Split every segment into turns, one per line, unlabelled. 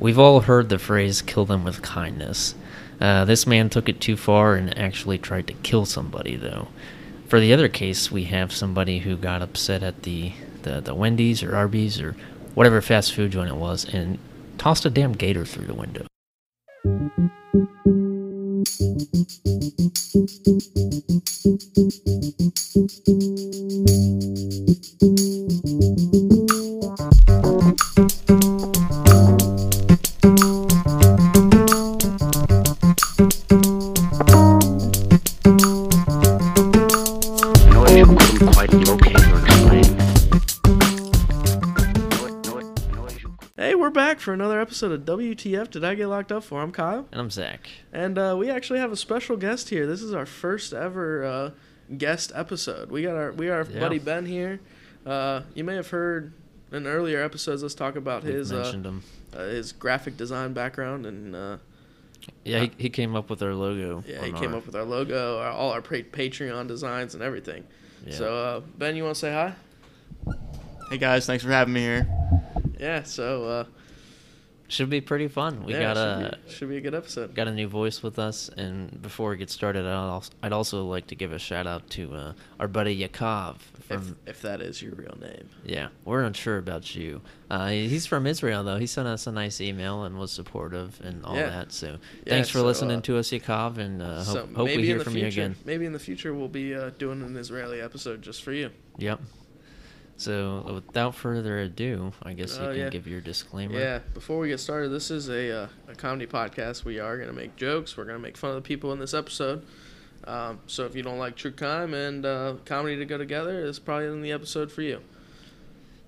We've all heard the phrase kill them with kindness. Uh, this man took it too far and actually tried to kill somebody, though. For the other case, we have somebody who got upset at the, the, the Wendy's or Arby's or whatever fast food joint it was and tossed a damn gator through the window.
Noise you couldn't quite locate or explain. Noise, noise you
Hey, we're back for another episode of WTF Did I Get Locked Up For? I'm Kyle,
And I'm Zach.
and uh, we actually have a special guest here. This is our first ever uh, guest episode. We got our we got our
Yeah.
buddy Ben here. Uh, you may have heard in earlier episodes us talk about
We've
his uh,
mentioned him.
uh, his graphic design background, and uh,
Yeah, he, he came up with our logo.
yeah,
on
he came
our-
up with our logo, our, all our pa- Patreon designs, and everything.
Yeah.
So uh, Ben, you want to say hi?
Hey guys, thanks for having me here.
Yeah. So uh,
should be pretty fun. We
yeah,
got a
should, be, should be a good episode.
got a new voice with us. And before we get started, I'd also, I'd also like to give a shout out to uh, our buddy Yakov. From,
If, if that is your real name.
yeah, we're unsure about you. Uh, he- he's from Israel, though. He sent us a nice email and was supportive and all
Yeah.
that. So
Yeah,
thanks for
so,
listening
uh,
to us, Yakov, and uh, hope,
so
hope
maybe
we hear
in the
from
future,
you again.
Maybe in the future we'll be uh, doing an Israeli episode just for you.
Yep. So without further ado, I guess you
Oh,
can
yeah.
give your disclaimer.
Yeah. Before we get started, this is a, uh, a comedy podcast. We are gonna make jokes. We're gonna make fun of the people in this episode. Um, so if you don't like true crime and uh, comedy to go together, it's probably in the episode for you.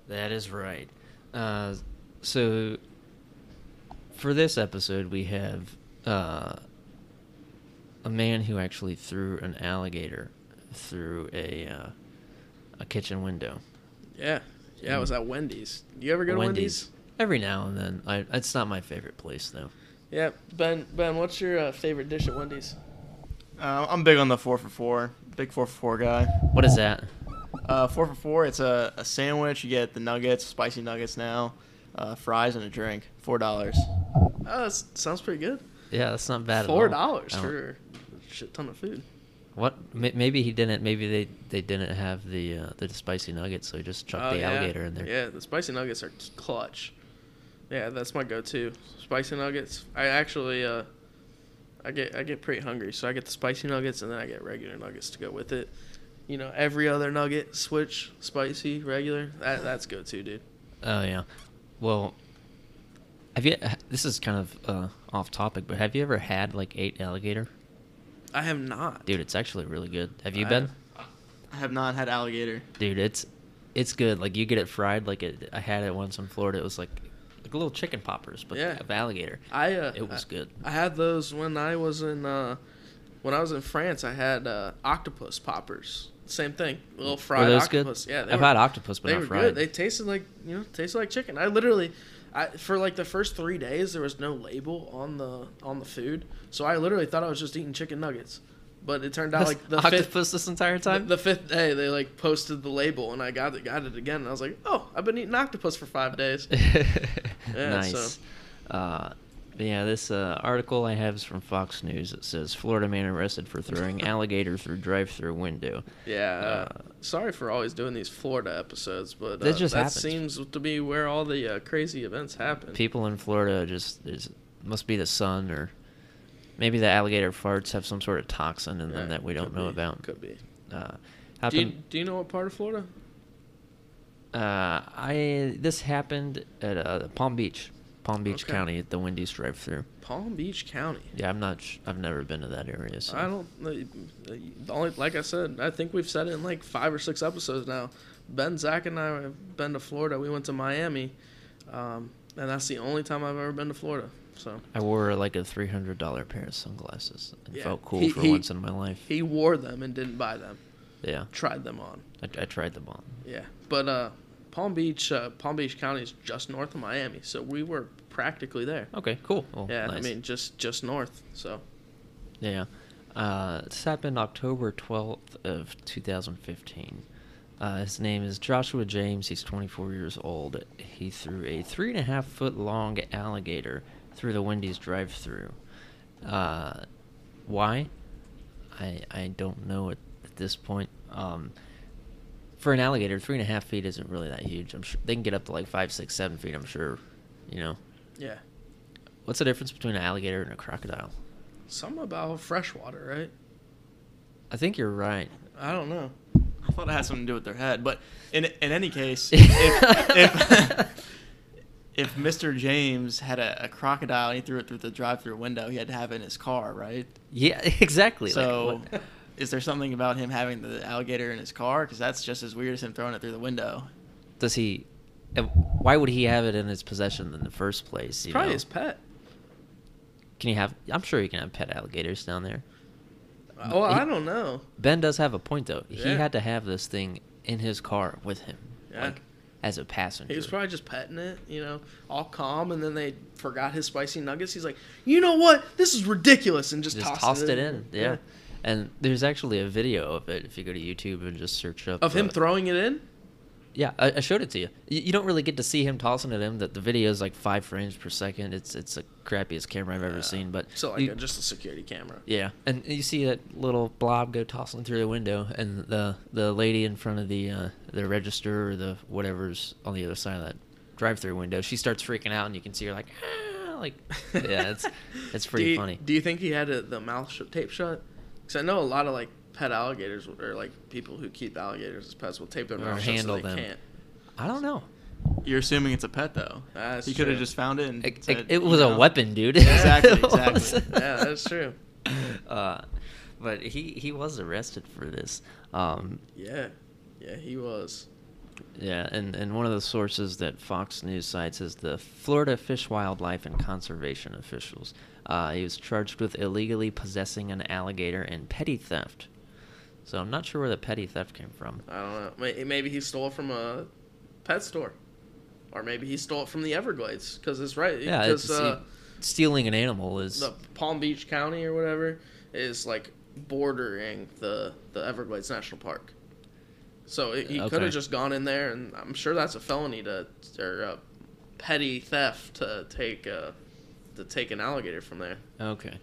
That is right. Uh, so, for this episode, we have uh, a man who actually threw an alligator through a uh, a kitchen window.
Yeah.
Mm-hmm.
Yeah. It was at Wendy's. You ever go to Wendy's?
Every now and then, I, it's not my favorite place though.
Yeah. Ben. Ben, what's your uh, favorite dish at Wendy's?
Uh, I'm big on the four for four, big four for four guy.
What is that?
Uh, four for four, it's a, a sandwich. You get the nuggets, spicy nuggets now, uh, fries, and a drink. Four dollars.
Oh, that sounds pretty good.
Yeah, that's not bad. at all.
Four dollars
I don't-
for a shit ton of food.
what? May- Maybe he didn't. Maybe they, they didn't have the uh, the spicy nuggets, so he just chucked
Oh,
the
yeah.
alligator in there.
Yeah, the spicy nuggets are clutch. Yeah, that's my go-to. Spicy nuggets. I actually, uh, I get I get pretty hungry, so I get the spicy nuggets and then I get regular nuggets to go with it. You know, every other nugget switch spicy regular. That that's go-to, dude.
Oh yeah. Well, have you? This is kind of uh, off topic, but have you ever had like eight alligator?
I have not.
Dude, it's actually really good. Have you
I
been?
haven't.
I have not had alligator.
Dude, it's it's good. Like you get it fried. Like it, I had it once in Florida. It was like like little chicken poppers, but
Yeah.
of alligator.
I uh,
It was
I-
good.
I had those when I was in uh, when I was in France. I had uh, octopus poppers. Same thing, little fried
Were those
octopus.
good?
Yeah,
I've
were-
had octopus, but
they
not
were
fried.
good. They tasted like you know, tasted like chicken. I literally, I for like the first three days there was no label on the on the food, so I literally thought I was just eating chicken nuggets. But it turned out like the fifth,
octopus this entire
the,
time.
the fifth day they like posted the label and I got it got it again and I was like, oh, I've been eating octopus for five days.
nice. Uh, but yeah, this uh, article I have is from Fox News. It says Florida man arrested for throwing alligator through drive-through window.
Yeah, uh,
Uh,
sorry for always doing these Florida episodes, but uh,
That just
that
happens.
seems to be where all the uh, crazy events happen.
People in Florida just there's must be the sun or maybe the alligator farts have some sort of toxin in
Yeah,
them that we don't
could
know
be,
about.
Could be.
Uh,
Do you,
happened.
do you know what part of Florida?
uh, I this happened at uh, Palm Beach, Palm Beach
Okay.
County at the Wendy's drive-through.
Palm Beach County.
Yeah, I'm not. sh- I've never been to that area. So.
I don't. The only like I said, I think we've said it in like five or six episodes now. Ben, Zach, and I have been to Florida. We went to Miami, um, and that's the only time I've ever been to Florida. So
I wore like a three hundred dollar pair of sunglasses and
Yeah.
felt cool
He-
for
he-
once in my life.
he wore them and didn't buy them.
yeah,
Tried them on.
I, I tried them on.
Yeah, but uh, Palm Beach, uh, Palm Beach County is just north of Miami, so we were practically there.
Okay, cool. Well,
Yeah, I
nice.
mean just just north. So
yeah. Uh, this happened October twelfth of two thousand fifteen. Uh, Uh, his name is Joshua James. He's 24 years old. He threw a three and a half foot long alligator through the Wendy's drive through. Uh, why? I, I don't know at, at this point. Um, for an alligator, three and a half feet isn't really that huge. I'm sure they can get up to like five, six, seven feet. I'm sure. You know,
Yeah.
what's the difference between an alligator and a crocodile?
Something about freshwater, right?
I think you're right.
I don't know.
I thought it had something to do with their head, but in in any case, if, if, if Mr. James had a, a crocodile and he threw it through the drive-through window, he had to have it in his car, right?
Yeah, exactly. like,
So,
what-
is there something about him having the alligator in his car? Because that's just as weird as him throwing it through the window.
does he? and Why would he have it in his possession in the first place? You
Probably
know?
his pet.
Can you have? I'm sure you can have pet alligators down there.
Oh,
He-
I don't know.
Ben does have a point though. He
Yeah.
had to have this thing in his car with him,
Yeah.
like as a passenger.
He was probably just petting it, you know, all calm, and then they forgot his spicy nuggets. He's like, you know what? This is ridiculous, and just,
just
tossed,
tossed, it in. Yeah. And there's actually a video of it if you go to YouTube and just search up
Of him
uh,
throwing it in?
Yeah, I, I showed it to you. you. You don't really get to see him tossing at him. That the video is like five frames per second. It's it's the crappiest camera I've ever seen. But
Uh, So, like,
you-
a, just a security camera.
yeah, and you see that little blob go tossing through the window, and the the lady in front of the uh, the register or the whatever's on the other side of that drive-through window, she starts freaking out, and you can see her like, ah, like yeah, it's it's pretty
do you,
funny.
Do you think he had a, the mouth sh- tape shut? Because I know a lot of like pet alligators or like people who keep alligators as pets will tape their
Or
mouth shut so
handle
they
them.
can't.
I don't know.
You're assuming it's a pet, though.
That's
he could
true.
have just found it. And
It,
said,
it- it was
you
a
know,
weapon, dude.
Exactly,
It was.
exactly.
Yeah, that's true.
uh, but he he was arrested for this. Um,
Yeah, yeah, he was.
yeah, and, and one of the sources that Fox News cites is the Florida Fish, Wildlife, and Conservation officials. Uh, he was charged with illegally possessing an alligator and petty theft. So I'm not sure where the petty theft came from.
I don't know. May- Maybe he stole it from a pet store, or maybe he stole it from the Everglades. Because it's right.
Yeah,
because
it's, e,
uh,
stealing an animal is
the Palm Beach County or whatever is like bordering the the Everglades National Park. So it, he could
Okay.
have just gone in there, and I'm sure that's a felony to or uh, petty theft to take uh, to take an alligator from there.
okay.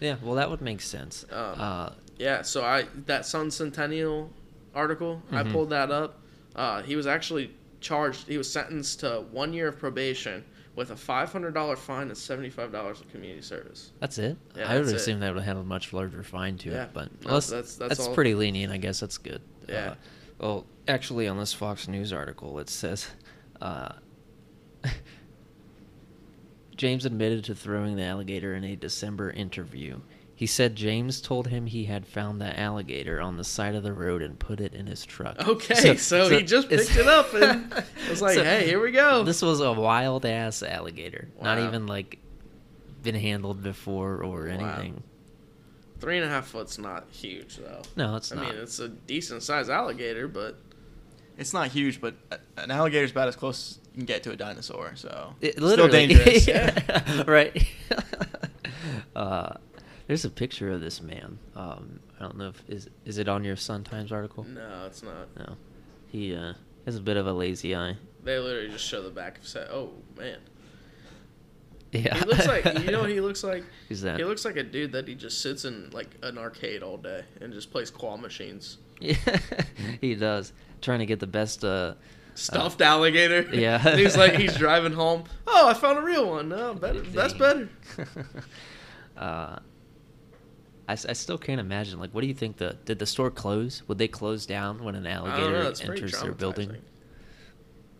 Yeah, well that would make sense.
Um,
uh,
Yeah, so I that Sun Centennial article, I
Mhm.
pulled that up. Uh, he was actually charged. He was sentenced to one year of probation with a five hundred dollar fine and seventy five dollars of community service.
That's it.
Yeah,
I would
that's it.
assume that would have had a much larger fine to
Yeah.
it, but
No,
well, that's
that's-
that's,
that's all-
pretty lenient, I guess. That's good.
Yeah.
Uh, well, actually, on this Fox News article, it says uh, James admitted to throwing the alligator in a December interview. He said James told him he had found the alligator on the side of the road and put it in his truck.
Okay, so he just
it's-
picked it up and was like, "Hey, here we go."
This was a wild ass alligator, not
Wow.
even like been handled before or
Wow.
anything.
Three and a half foot's not huge though.
No, it's
I
not.
mean, it's a decent sized alligator, but
It's not huge, but a- an alligator's about as close as you can get to a dinosaur. So
It
still
literally-
dangerous.
Yeah, right. uh, there's a picture of this man. Um, I don't know if is is it on your Sun Times article?
no, it's not.
No. He uh, has a bit of a lazy eye.
They literally just show the back of set. Oh man,
Yeah.
he looks like you know what he looks like.
Who's that?
He looks like a dude that he just sits in like an arcade all day and just plays claw machines.
he does. Trying to get the best. Uh,
Stuffed alligator.
yeah.
And he's like he's driving home. Oh, I found a real one. No, better, that's better.
uh, I, s- I still can't imagine. Like, what do you think the did the store close? Would they close down when an
I don't know.
alligator
That's pretty
enters their building?
traumatizing.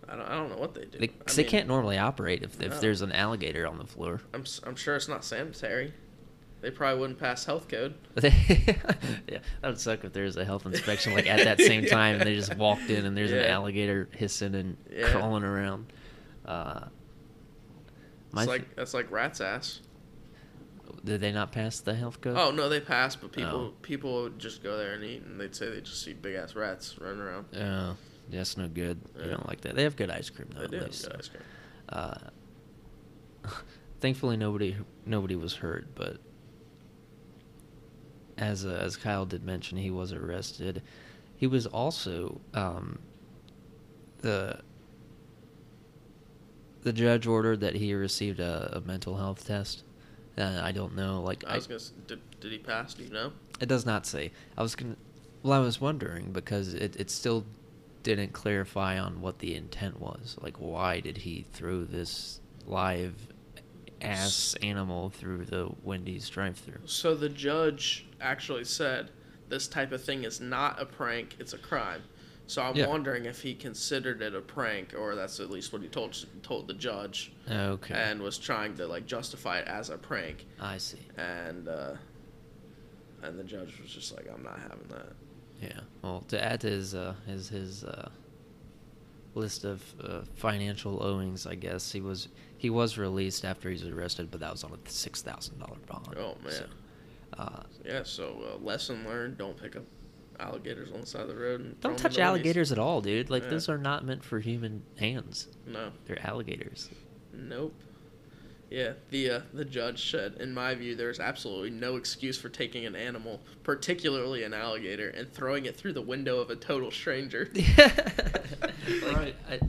I don't, I don't know what they do.
They,
I
'cause they
mean,
can't normally operate if,
No.
if there's an alligator on the floor.
I'm s- I'm sure it's not sanitary. They probably wouldn't pass health code.
yeah, that would suck if there's a health inspection like at that same time and they just walked in and there's an
Yeah.
alligator hissing and
Yeah.
crawling around. Uh, my
It's
th-
like that's like rat's ass.
did they not pass the health code?
Oh no, they pass, but people
Oh.
people would just go there and eat, and they'd say they just see big ass rats running around.
Yeah, that's no good.
Yeah.
You don't like that. They have good ice cream though.
They
at
do have
least,
good
so,
ice cream.
Uh, thankfully, nobody nobody was hurt, but as uh, as Kyle did mention, he was arrested, He was also um, the the judge ordered that he received a, a mental health test. Uh, I don't know, like
I was gonna. s- Did, did he pass? Do you know?
it does not say. I was gonna. Well, I was wondering because it, it still didn't clarify on what the intent was. Like, why did he throw this live ass animal through the Wendy's drive-through?
So the judge actually said this type of thing is not a prank; it's a crime. So I'm
Yeah.
wondering if he considered it a prank, or that's at least what he told told the judge,
Okay,
and was trying to like justify it as a prank.
I see.
And uh, and the judge was just like, "I'm not having that."
Yeah. Well, to add to his uh, his his uh, list of uh, financial owings, I guess he was he was released after he was arrested, but that was on a six thousand dollar bond.
Oh man.
So, uh,
Yeah. So uh, lesson learned: don't pick up alligators on the side of the road. And
don't
throw 'em in
touch
the Wendy's.
alligators at all, dude. Like
Yeah.
those are not meant for human hands.
No.
They're alligators.
Nope. Yeah, the uh, the judge said, in my view, there is absolutely no excuse for taking an animal, particularly an alligator, and throwing it through the window of a total stranger.
Like,
Right.
I,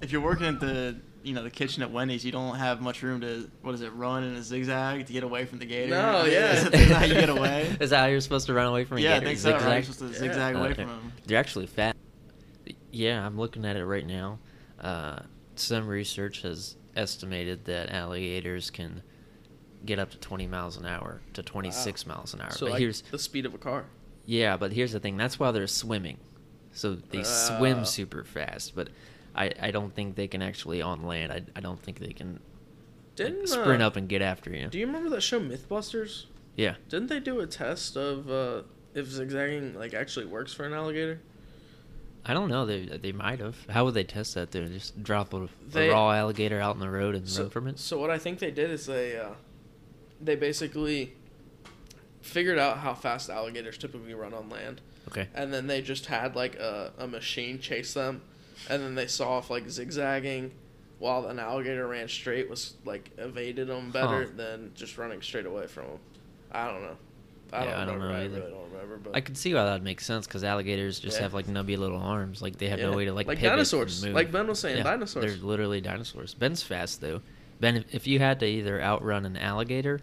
If you're working at the you know the kitchen at Wendy's, you don't have much room to what is it run in a zigzag to get away from the gator.
No,
I mean,
yeah.
is that how you get away?
Is that how you're supposed to run away from a
yeah, I
gator?
think so. Right? You're
Zigzag?
supposed to
Yeah.
zigzag away
Uh,
from them.
They're actually fat. Yeah, I'm looking at it right now. Uh, some research has estimated that alligators can get up to 20 miles an hour to 26 miles an hour.
so
but
like
here's
the speed of a car.
yeah, but here's the thing. That's why they're swimming. So they
Ah.
swim super fast, but I, I don't think they can actually on land. I, I don't think they can like,
Didn't
sprint
uh,
up and get after you.
Do you remember that show MythBusters?
yeah.
Didn't they do a test of uh, if zigzagging like actually works for an alligator?
I don't know. They they might have. How would they test that? They just drop a, a
They-
raw alligator out in the road and
so,
run from it.
So what I think they did is they uh, they basically figured out how fast alligators typically run on land.
Okay.
and then they just had like a, a machine chase them and then they saw if like zigzagging while an alligator ran straight was like evaded them better
Huh.
than just running straight away from them i don't know
Yeah,
i, don't,
I don't
remember.
know
I
either.
really don't remember but
I could see why that makes sense because alligators just
Yeah.
have like nubby little arms, like they have
Yeah.
no way to like
Like
pivot and
dinosaurs.
move.
Like Ben was saying, dinosaurs.
They're literally dinosaurs. Ben's fast though. Ben, if you had to either outrun an alligator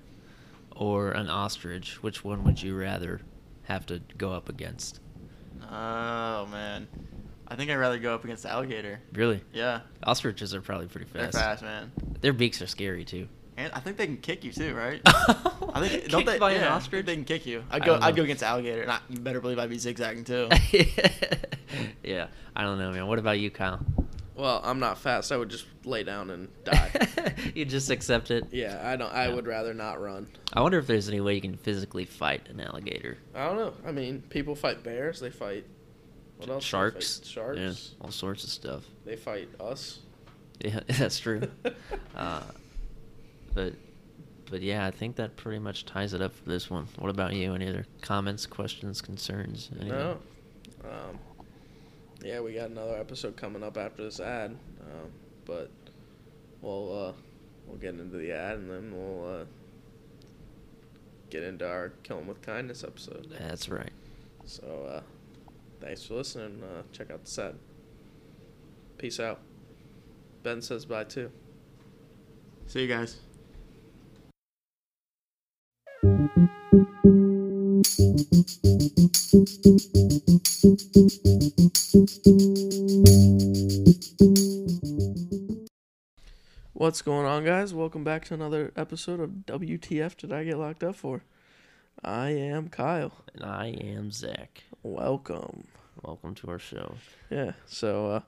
or an ostrich, which one would you rather have to go up against?
Oh man, I think I'd rather go up against the alligator.
Really,
Yeah,
ostriches are probably pretty
they're
fast.
fast, man.
Their beaks are scary too.
And I think they can kick you too, right? I
I
think don't they?
by
yeah,
an
I think
ostrich?
They can kick you.
I
I'd go.
don't
I'd
know.
go against the alligator, and I, you better believe I'd be zigzagging too.
yeah, I don't know, man. What about you, Kyle?
well i'm not fast i would just lay down and die
you just accept it.
yeah i don't i
Yeah.
would rather not run
I wonder if there's any way you can physically fight an alligator.
i don't know i mean people fight bears they fight what else do they
Sharks.
fight? sharks
Yeah, all sorts of stuff.
they fight us
Yeah, that's true. uh, but but yeah, I think that pretty much ties it up for this one. What about you? Any other comments, questions, concerns? Anything?
No. Um, yeah, we got another episode coming up after this ad, um, but we'll uh, we'll get into the ad and then we'll uh, get into our killing with kindness episode.
That's right.
So uh, thanks for listening. Uh, check out the ad. Peace out. Ben says bye too.
See you guys.
What's going on, guys? Welcome back to another episode of WTF Did I Get Locked Up For? I am Kyle.
And I am Zach.
Welcome.
Welcome to our show.
Yeah. So uh,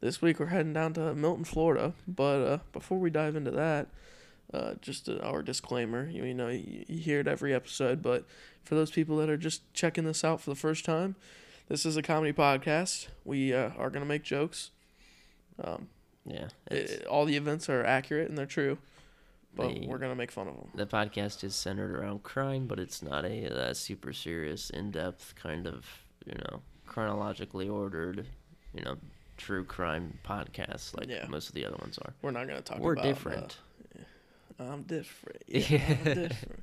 this week we're heading down to Milton, Florida. But uh, before we dive into that, uh, just uh, our disclaimer. You, you know, you, you hear it every episode, but for those people that are just checking this out for the first time, this is a comedy podcast. We uh, are gonna make jokes. Um,
Yeah.
it,
it's-
it- all the events are accurate and they're true, but
The-
we're gonna make fun of them.
the podcast is centered around crime, but it's not a uh, super serious, in depth kind of you know chronologically ordered, you know, true crime podcast like
Yeah.
most of the other ones are.
We're not gonna talk.
We're
about, uh,
different.
I'm different. Yeah, I'm different.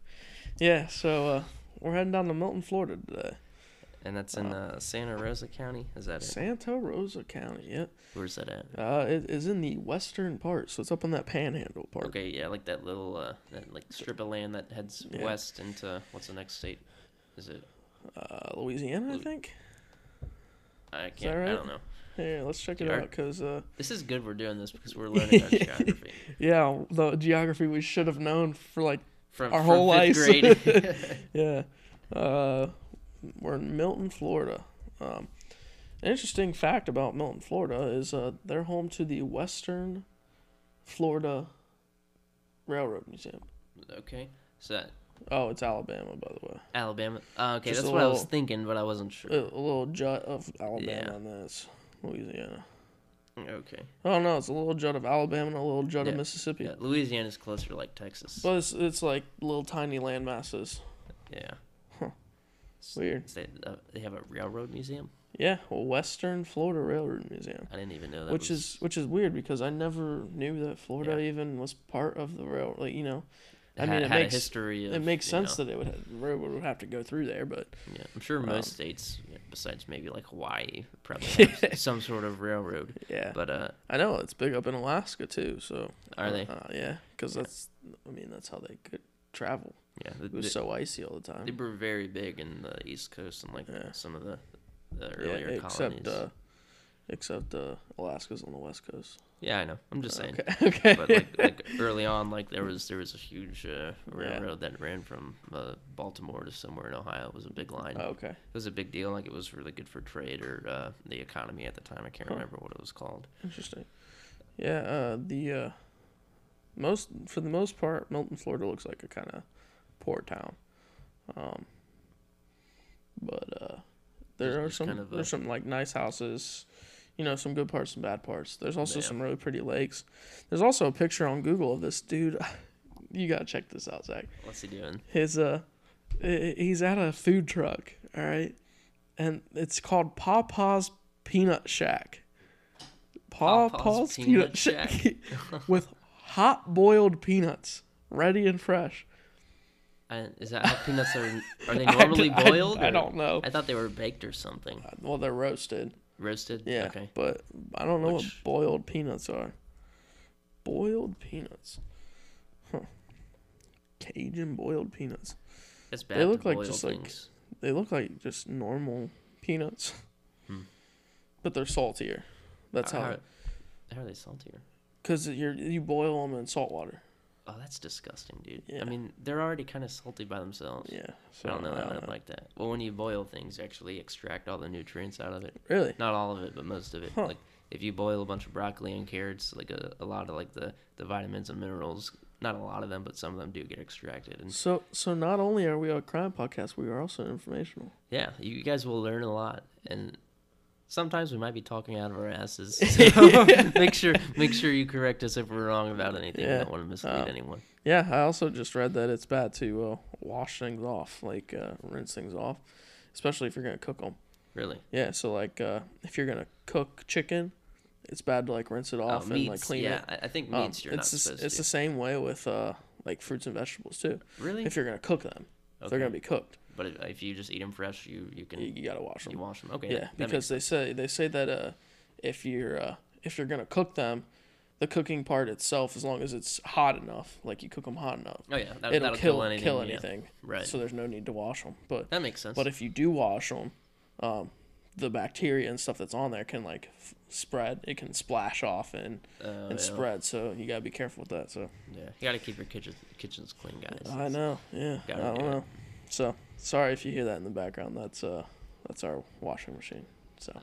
Yeah. So uh, we're heading down to Milton, Florida today.
and that's in uh, Santa Rosa County. Is that it?
Santa Rosa County, yeah.
Where's that at?
Uh, it is in the western part, so it's up on that panhandle part.
Okay, yeah, like that little uh, that like strip of land that heads
Yeah.
west into what's the next state? Is it?
Uh, Louisiana, I
Lu-
think.
I
Is that
can't.
right?
I don't know.
Here, let's check it
Yeah.
out, cause uh,
This is good. We're doing this because we're learning our geography
yeah, the geography we should have known for like,
from
Our
from
whole
fifth
lives.
grade.
yeah, uh, we're in Milton, Florida. Um, an interesting fact about Milton, Florida is uh, they're home to the Western Florida Railroad Museum.
okay, so that,
Oh, it's Alabama, by the way.
Alabama. Uh, okay,
Just
that's
a
what I was
little-
thinking, but I wasn't sure.
A, a little jut of Alabama
Yeah.
on this, Louisiana.
okay,
Oh no, it's a little jut of Alabama and a little jut of
Yeah.
Mississippi.
yeah, Louisiana's closer, to, like Texas.
But it's, it's like little tiny land masses.
yeah,
It's weird.
So they, uh, they have a railroad museum.
Yeah, well, Western Florida Railroad Museum,
I didn't even know that.
which
was-
is which is weird because I never knew that Florida
Yeah.
even was part of the rail. Like you know, I
had,
mean, it
had
makes
a history. Of,
it makes
you
sense
know,
that it would have, the railroad would have to go through there, but
yeah, I'm sure most
um,
states, yeah, besides maybe like Hawaii, probably have s- some sort of railroad.
yeah,
But uh,
I know it's big up in Alaska too. So
Are they?
Uh, yeah, because that's I mean that's how they could travel.
yeah, th-
It was
th-
so icy all the time.
they were very big in the East Coast and like
Yeah.
some of the, the earlier colonies.
except uh, except uh, Alaska's on the west coast.
yeah, I know. I'm just saying.
Okay, okay.
But like, like early on, like there was there was a huge uh, railroad that ran from uh, Baltimore to somewhere in Ohio. It was a big line.
Oh, okay.
It was a big deal. Like it was really good for trade or uh, the economy at the time. I can't remember what it was called.
Interesting. Yeah, uh, the uh, most for the most part, Milton, Florida looks like a kind of poor town. Um, but uh, there
There's-
are
there's
some
kind of
there's
a-
some like nice houses, you know, some good parts, some bad parts. There's also
Yeah.
some really pretty lakes. There's also a picture on Google of this dude. you gotta check this out, Zach.
What's he doing?
his uh i- i- he's at a food truck all right and it's called papa's peanut shack papa's,
Papa's
peanut,
Peanut
shack, with hot boiled peanuts ready and fresh
I, is that how peanuts are? Are they
I d-
normally
I-
boiled?
I
or-
don't know.
I thought they were baked or something.
well they're roasted
Roasted.
yeah
Okay.
but i don't know
Which-
what boiled peanuts are boiled peanuts huh cajun boiled peanuts
It's bad.
look
to
like
boil
just, like,
things.
they look like just normal peanuts
Hmm.
but they're saltier that's
how,
how
are- how are they saltier?
Because you you boil them in salt water.
Oh, that's disgusting, dude.
Yeah.
I mean, they're already kind of salty by themselves.
Yeah. So
I don't know that
I
I'd like that. Well, when you boil things, you actually extract all the nutrients out of it.
Really?
Not all of it, but most of it. Like if you boil a bunch of broccoli and carrots, like a, a lot of like the, the vitamins and minerals, not a lot of them, but some of them do get extracted. And
So so not only are we a crime podcast, we are also informational.
yeah, you guys will learn a lot. And sometimes we might be talking out of our asses. make sure make sure you correct us if we're wrong about anything. We
Yeah. Oh.
don't want to mislead anyone.
Yeah. I also just read that it's bad to uh, wash things off, like uh, rinse things off, especially if you're gonna cook them.
Really.
Yeah. So like uh, if you're gonna cook chicken, it's bad to like rinse it
Oh,
off and like
meats,
clean
yeah,
it.
I I think
Um,
meats you're
it's
not
the,
supposed
s- it's
to.
the same way with uh, like fruits and vegetables too.
Really?
If you're gonna cook them, if they're
Okay.
gonna be cooked.
But if, if you just eat them fresh, you you can
You, you gotta wash them.
you wash them. Okay.
Yeah,
that makes
because they say they say that uh, if you're uh, if you're gonna cook them, the cooking part itself, as long as it's hot enough, like you cook them hot enough,
Oh yeah, that,
it'll
that'll
kill
kill anything.
kill
yeah.
anything.
Right.
So there's no need to wash them. But
That makes sense.
but if you do wash them, um, the bacteria and stuff that's on there can like f- spread. It can splash off and
Oh,
and
yeah.
spread. So you gotta be careful with that. So
yeah, you gotta keep your kitchen kitchens clean, guys.
I know. Yeah. I
Gotta
don't
do it.
know. So sorry if you hear that in the background. That's uh that's our washing machine. So.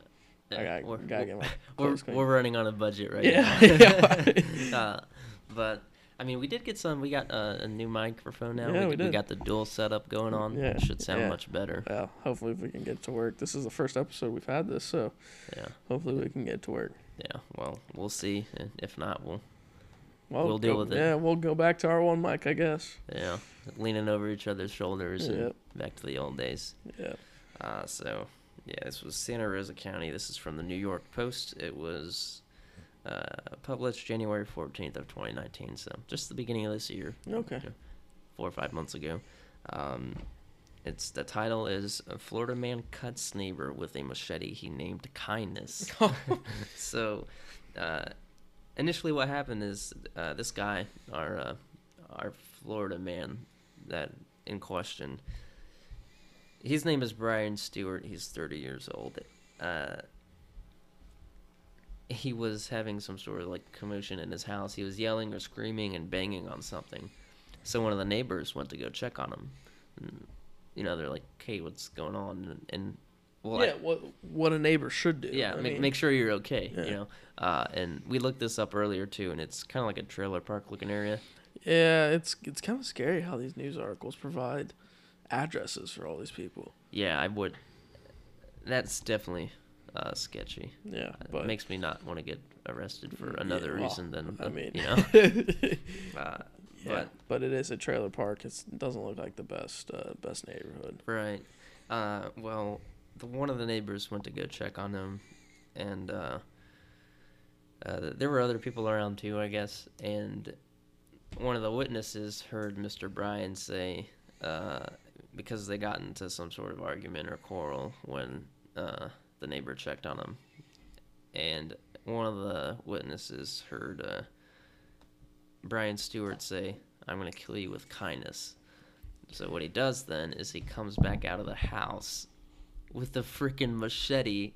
I
Yeah,
gotta,
we're,
gotta get
we're-
my
we're,
clothes clean.
we're running on a budget right
Yeah.
now. uh, but I mean, we did get some. We got uh, a new microphone now.
Yeah, we
we,
did. Mm,
got the dual setup going on.
Yeah,
It should sound
yeah.
much better.
Well, hopefully if we can get it to work. This is the first episode we've had this, so
Yeah,
hopefully we can get it to work.
yeah. Well, we'll see. and If not, we'll
Well,
We'll deal
go-
with it.
Yeah, we'll go back to our one mic, I guess.
yeah leaning over each other's shoulders and
Yep.
back to the old days.
Yeah.
Uh, so, yeah, this was Santa Rosa County. This is from the New York Post. It was uh, published January 14th of 2019, so just the beginning of this year.
Okay.
you know, Four or five months ago. Um, It's the title is a Florida man cuts neighbor with a machete he named kindness. so, uh, initially, what happened is uh, this guy, our uh, our Florida man, that in question, his name is Brian Stewart. He's 30 years old. Uh, he was having some sort of like commotion in his house. He was yelling or screaming and banging on something. So one of the neighbors went to go check on him. And, you know, they're like, "Hey, what's going on?" And, and well, I-
yeah, what what a neighbor should do.
yeah,
I
make,
mean,
make sure you're okay.
yeah.
You know, uh, and we looked this up earlier too, and it's kind of like a trailer park looking area.
Yeah, it's it's kind of scary how these news articles provide addresses for all these people.
Yeah, I would. That's definitely uh, sketchy.
Yeah,
It
but
makes me not want to get arrested for another
well,
reason than
I mean,
you know. Uh,
yeah, but, it is a trailer park. It's, it doesn't look like the best uh, best neighborhood.
Right. Uh, well, the, one of the neighbors went to go check on him, and uh, uh, there were other people around too, I guess. And one of the witnesses heard Mr. Bryan say, uh, because they got into some sort of argument or quarrel when uh, the neighbor checked on him. And one of the witnesses heard uh, Brian Stewart say, I'm going to kill you with kindness. So what he does then is he comes back out of the house with the freaking machete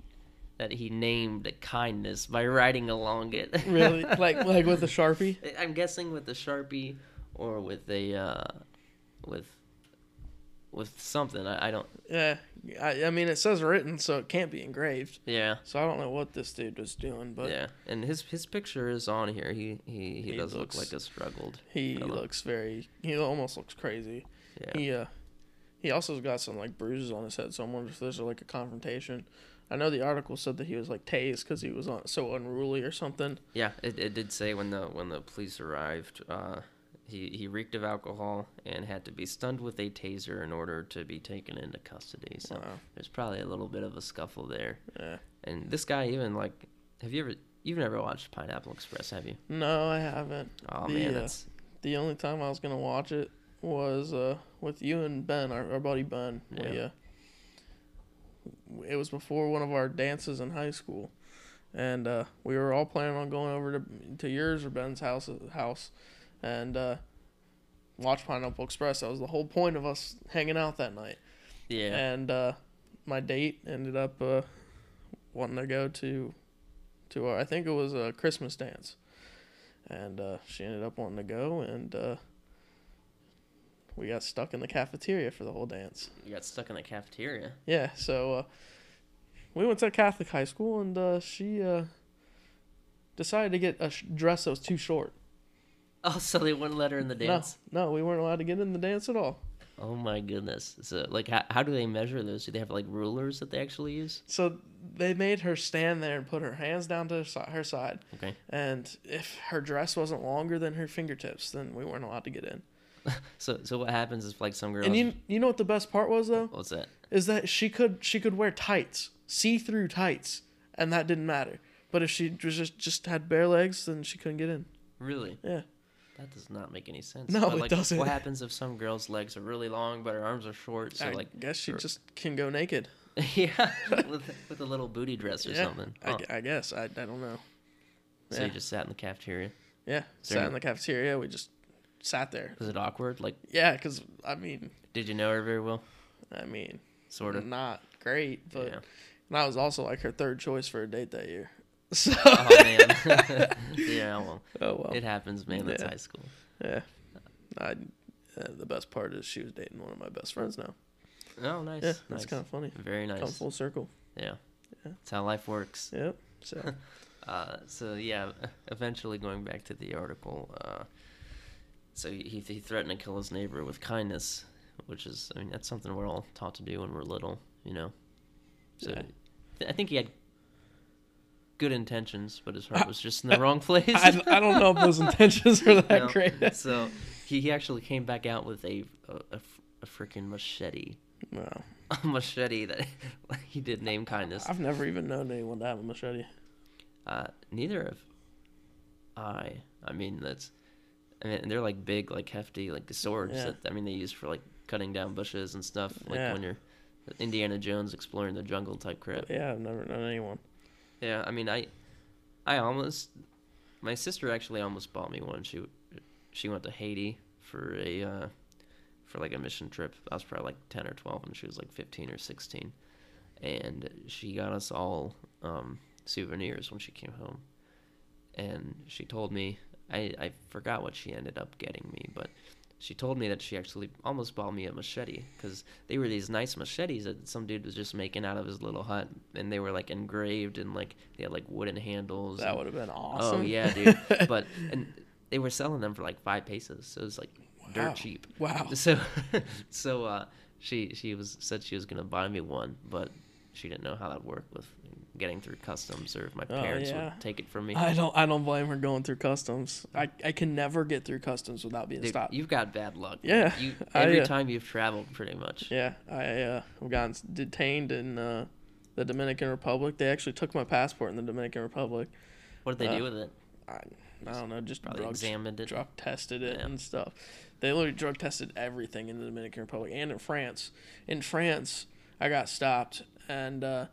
that he named kindness by riding along it.
Really, like like with a sharpie.
I'm guessing with the sharpie or with a uh, with with something. I, I don't.
Yeah, I, I mean it says written, so it can't be engraved.
Yeah.
So I don't know what this dude was doing, but
yeah, and his his picture is on here. He he, he,
He
does
looks-
look like a struggled.
he
fellow.
looks very. He almost looks crazy.
Yeah.
He uh, he also has got some like bruises on his head. So I'm wondering if there's like a confrontation. I know the article said that he was like tased because he was on, so unruly or something.
Yeah, it, it did say when the when the police arrived, uh, he he reeked of alcohol and had to be stunned with a taser in order to be taken into custody. So
Wow.
there's probably a little bit of a scuffle there.
Yeah.
And this guy even like, have you ever you've never watched Pineapple Express, have you?
No, I haven't.
Oh
The,
man,
uh,
that's
The only time I was gonna watch it was uh with you and Ben, our, our buddy Ben. We,
Yeah.
uh, it was before one of our dances in high school, and uh, we were all planning on going over to to yours or Ben's house house, and uh, watch Pineapple Express. That was the whole point of us hanging out that night.
yeah.
And uh, my date ended up uh, wanting to go to to our, I think it was a Christmas dance, and uh, she ended up wanting to go, and uh, we got stuck in the cafeteria for the whole dance.
you got stuck in the cafeteria.
Yeah, so uh, we went to a Catholic high school, and uh, she uh, decided to get a sh- dress that was too short.
Oh, so they wouldn't let her in the dance.
No, no, we weren't allowed to get in the dance at all.
Oh my goodness. So like, how, how do they measure those? Do they have like rulers that they actually use?
So they made her stand there and put her hands down to her si- her side.
Okay.
And if her dress wasn't longer than her fingertips, then we weren't allowed to get in.
So so what happens if like some girl?
And you you know what the best part was though
What's that?
is that she could she could wear tights, see through tights, and that didn't matter. But if she was just just had bare legs, then she couldn't get in.
Really?
Yeah.
That does not make any sense.
No,
But,
it
like,
doesn't.
What happens if some girl's legs are really long but her arms are short? So
I
like,
guess she
her-
just can go naked.
yeah, with, with a little booty dress or
Yeah,
something.
I,
Huh.
gu- I guess I, I don't know.
So
yeah.
you just sat in the cafeteria.
Yeah,
there
sat
any-
in the cafeteria. We just sat there.
Was it awkward? Like,
Yeah, because I mean,
did you know her very well?
I mean,
Sort of.
not great, but
Yeah.
and I was also like her third choice for a date that year. So
Oh man. yeah. Well,
oh well.
it happens, man. That's
Yeah.
high school.
Yeah. I, uh, the best part is she was dating one of my best friends now.
Oh, nice.
yeah,
nice.
that's kind of funny.
Very nice.
Come full circle.
Yeah. That's how life works.
Yep. So
Uh, so yeah, eventually going back to the article, uh, so he, he threatened to kill his neighbor with kindness, which is I mean that's something we're all taught to do when we're little, you know. So
Yeah.
th- I think he had good intentions, but his
Uh,
heart was just in the wrong place.
I, I don't know if those intentions were that
you know?
great.
so he, he actually came back out with a a, a, f- a freaking machete,
Wow.
a machete that he did name kindness.
I've never even known anyone to have a machete.
Uh, neither of I. I mean, that's. I mean, they're like big, like hefty, like swords
Yeah.
that I mean they use for like cutting down bushes and stuff, like
Yeah.
when you're Indiana Jones exploring the jungle type crap.
Yeah, I've never known anyone.
Yeah, I mean, I, I almost, my sister actually almost bought me one. She, she went to Haiti for a, uh, for like a mission trip. I was probably like ten or twelve, and she was like fifteen or sixteen, and she got us all um, souvenirs when she came home, and she told me I I forgot what she ended up getting me, but. She told me that she actually almost bought me a machete because they were these nice machetes that some dude was just making out of his little hut, and they were like engraved and like they had like wooden handles.
That
and-
would have been awesome.
Oh yeah, dude. but and they were selling them for like five pesos, so it was like
Wow.
dirt cheap.
Wow.
So so uh, she she was said she was gonna buy me one, but she didn't know how that worked with getting through customs or if my parents
Oh, yeah.
would take it from me.
I don't. I don't blame her going through customs. I, I can never get through customs without being
Dude,
stopped.
you've got bad luck.
Yeah,
You,
I,
every
uh,
time you've traveled, pretty much.
Yeah, I uh, I've gotten s- detained in uh, the Dominican Republic. They actually took my passport in the Dominican Republic.
What did they
Uh,
do with it?
I, I don't know, just
Probably
drug,
examined it.
drug tested it
Yeah.
and stuff. They literally drug tested everything in the Dominican Republic and in France. In France, I got stopped and uh,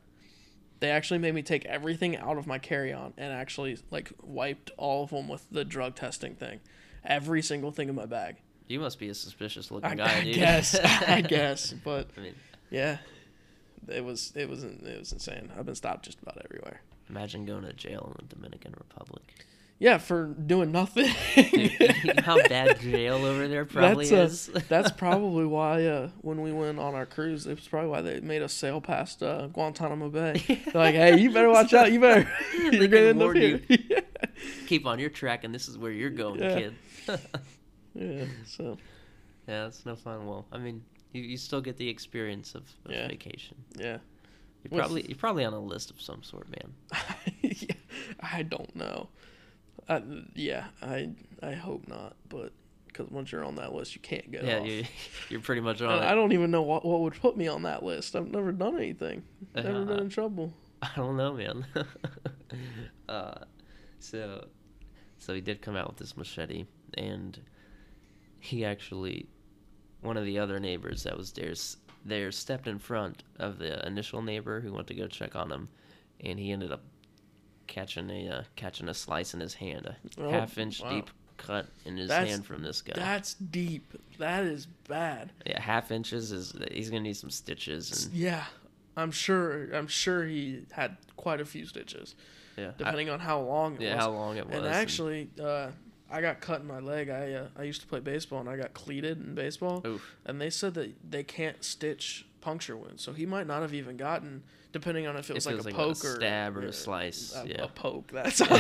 they actually made me take everything out of my carry-on and actually like wiped all of them with the drug testing thing. Every single thing in my bag.
You must be a suspicious looking
I,
guy,
I
dude.
guess. I guess. But
I mean,
yeah, it was it was in- it was insane. I've been stopped just about everywhere.
imagine going to jail in the Dominican Republic.
Yeah, for doing nothing.
Dude, how bad jail over there probably
that's,
is.
uh, that's probably why uh, when we went on our cruise, it was probably why they made us sail past uh, Guantanamo Bay. They're like, "Hey, you better watch out. You better. You're gonna end up
warn
here."
you. keep on your track, and this is where you're going,
Yeah.
kid. yeah,
yeah. So
that's no fun. Well, I mean, you, you still get the experience of, of
Yeah.
vacation.
yeah.
You're
With-
probably you're probably on a list of some sort, man.
Yeah, I don't know. I, yeah, I I hope not, but because once you're on that list, you can't get
yeah,
off.
you, you're pretty much on.
And
it.
I don't even know what what would put me on that list. I've never done anything. Never been
Uh-huh.
in trouble.
I don't know, man. uh, so, so he did come out with this machete, and he actually, one of the other neighbors that was there, s- there stepped in front of the initial neighbor who went to go check on him, and he ended up catching a uh, catching a slice in his hand, a
Oh,
half inch
wow.
deep cut in his
That's-
hand from this guy.
That's deep. That is bad.
yeah, half inches is he's gonna need some stitches and
Yeah, I'm sure. I'm sure he had quite a few stitches,
yeah, I-
depending on how long it
yeah,
was.
how long it was.
and actually, uh, I got cut in my leg. I uh, I used to play baseball, and I got cleated in baseball.
Oof.
And they said that they can't stitch puncture wounds, so he might not have even gotten, depending on if it was
If
like
it
a
was like a
poke or
stab or a slice,
A,
yeah.
a poke. That's how.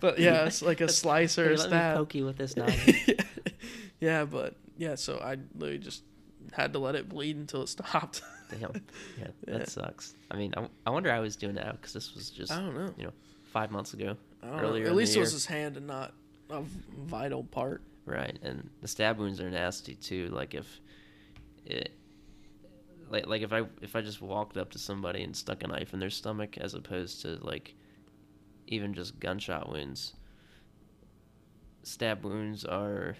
but yeah, it's like a slice or
Hey,
a
let
stab.
me poke you with this knife.
yeah, but yeah, so I literally just had to let it bleed until it stopped.
Damn. Yeah, that sucks. I mean, I, I wonder how he's doing now because this was just,
I don't know.
you know, five months ago.
I don't know.
earlier.
At
in
least
the
it was
year.
his hand and not a v- vital part.
Right. And the stab wounds are nasty too. Like if it. Like, like if I if I just walked up to somebody and stuck a knife in their stomach as opposed to like even just gunshot wounds stab wounds are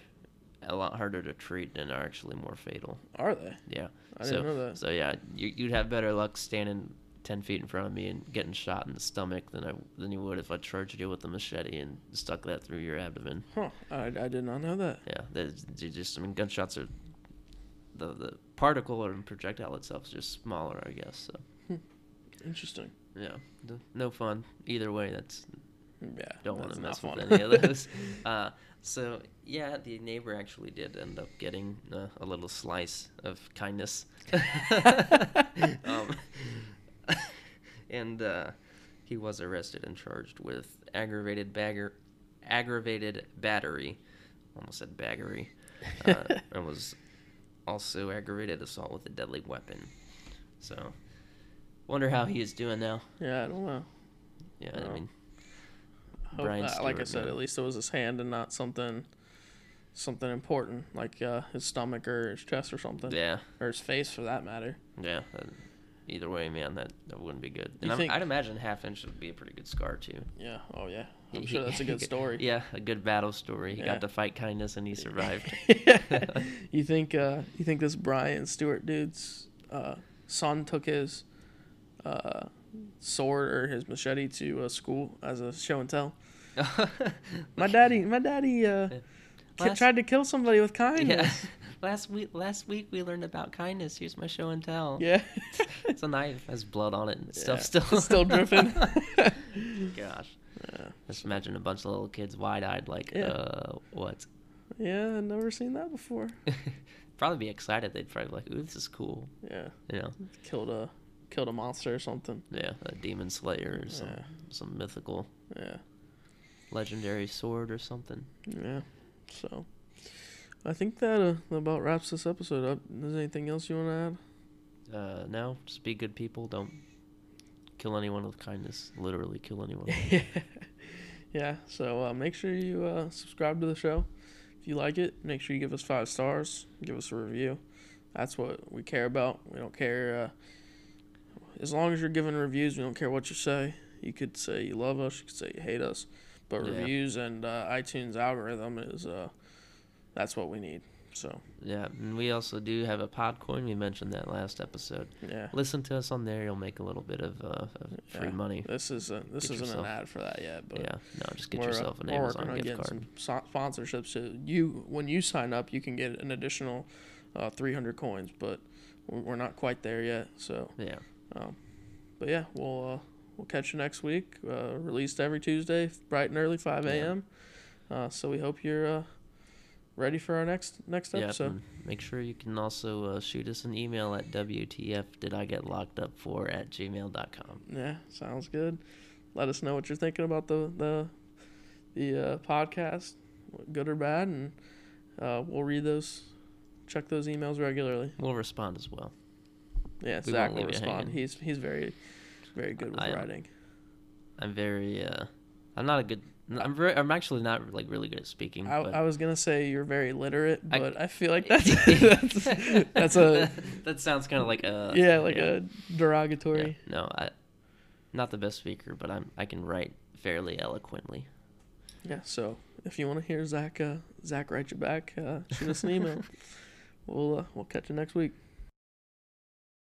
a lot harder to treat and are actually more fatal
Are they?
Yeah.
I
so,
didn't know that.
So yeah, you, you'd have better luck standing ten feet in front of me and getting shot in the stomach than I than you would if I charged you with a machete and stuck that through your abdomen.
Huh. I, I did not know that.
Yeah, there's you just I mean gunshots are the the particle or projectile itself is just smaller, I guess. So
Interesting.
yeah, no- no fun either way. That's
Yeah.
don't want
that's
to
not
mess with
fun.
any of those. uh, so yeah, the neighbor actually did end up getting uh, a little slice of kindness. um, and uh, he was arrested and charged with aggravated bagger, aggravated battery, almost said baggery, uh, and was also aggravated assault with a deadly weapon. So, wonder how he is doing now.
yeah, I don't know.
Yeah, I
Well,
mean,
Hope,
Brian
uh, like I
Stewart,
said,
man.
at least it was his hand and not something something important like uh, his stomach or his chest or something
yeah.
or his face for that matter.
Yeah, that- either way, man, that, that wouldn't be good.
You
And I'm,
think-
I'd imagine half inch would be a pretty good scar too.
Yeah. Oh yeah. I'm
He-
sure that's a good
he-
story.
Yeah, a good battle story. He
Yeah.
got to fight kindness and he survived.
you think uh, you think this Brian Stewart dude's uh, son took his uh, sword or his machete to uh, school as a show and tell? My daddy, my daddy uh, ki-
Last-
tried to kill somebody with
yeah.
kindness.
last week, last week we learned about kindness. Here's my show and tell.
Yeah,
It's a knife. Has blood on it and
Yeah.
stuff still.
It's still dripping.
Gosh. Just imagine a bunch of little kids wide eyed, like,
Yeah.
uh, what?
yeah, I've never seen that before.
probably be excited. They'd probably be like, ooh, this is cool.
Yeah,
You know,
killed a killed a monster or something.
yeah, a demon slayer or some,
Yeah.
some mythical
Yeah,
legendary sword or something.
yeah. So, I think that uh, about wraps this episode up. Is there anything else you want to add?
Uh, no, just be good people. Don't kill anyone with kindness. Literally kill anyone.
yeah so uh, make sure you uh, subscribe to the show if you like it make sure you give us five stars give us a review that's what we care about we don't care uh, as long as you're giving reviews we don't care what you say you could say you love us you could say you hate us but
Yeah.
reviews and uh, itunes algorithm is uh, that's what we need so
yeah, and we also do have a Podcoin. We mentioned that last episode.
yeah
Listen to us on there. You'll make a little bit of, uh, of free
Yeah.
money.
this isn't this
Get
isn't
yourself-
an ad for that yet but
Yeah, no, just get
We're, uh,
yourself an
we're working
Amazon
on
gift
getting
card.
Some so- sponsorships. So you, when you sign up, you can get an additional uh, 300 coins, but we're we're not quite there yet. So,
Yeah,
but yeah, we'll uh, we'll catch you next week. Uh, released every Tuesday, bright and early, 5 a.m. Uh, so we hope you're uh, ready for our next next
yeah.
episode.
and Make sure you can also uh, shoot us an email at WTF did I get locked up for at gmail.com.
Yeah, sounds good. Let us know what you're thinking about the the the uh, podcast, good or bad, and uh, we'll read those, check those emails regularly.
We'll respond as well.
Yeah,
We
Zach
won't
will
leave you
respond.
hanging.
He's he's very very good with
I am.
writing.
I'm very, uh, I'm not a good, I'm very, I'm actually not like really good at speaking.
I,
um, but
I was gonna say you're very literate,
I-
but I, feel like that's that's, that's a
that sounds kind of like a
yeah like
yeah,
a derogatory.
yeah. no I not the best speaker but I'm I can write fairly eloquently
Yeah. So if you want to hear Zach uh, Zach write you back, uh, shoot us an email. we'll uh, we'll catch you next week.